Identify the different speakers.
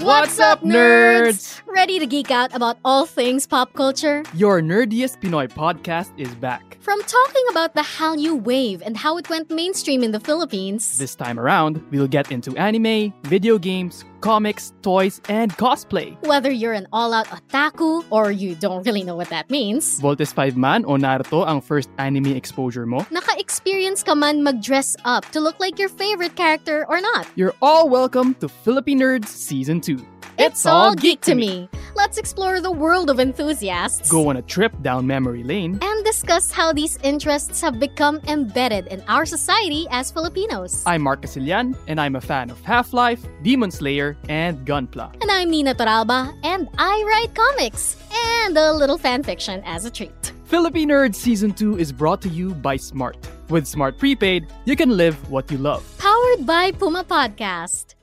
Speaker 1: What's up, nerds?
Speaker 2: Ready to geek out about all things pop culture?
Speaker 1: Your nerdiest Pinoy podcast is back.
Speaker 2: From talking about the Hallyu wave and how it went mainstream in the Philippines,
Speaker 1: This time around, we'll get into anime, video games, comics, toys, and cosplay.
Speaker 2: whether you're an all out otaku or you don't really know what that means,
Speaker 1: Voltes 5 man o Naruto ang first anime exposure mo?
Speaker 2: naka-experience ka man mag-dress up to look like your favorite character or not.
Speaker 1: You're all welcome to Philippine Nerds Season 2.
Speaker 2: It's, all geek to me. Let's explore the world of enthusiasts.
Speaker 1: Go on a trip down memory lane.
Speaker 2: and discuss how these interests have become embedded in our society as Filipinos.
Speaker 1: I'm Mark Casilian, and I'm a fan of Half-Life, Demon Slayer, and Gunpla.
Speaker 2: and I'm Nina Toralba, and I write comics and a little fan fiction as a treat.
Speaker 1: Philippine Nerds Season 2 is brought to you by Smart. With Smart Prepaid, you can live what you love.
Speaker 2: Powered by Puma Podcast.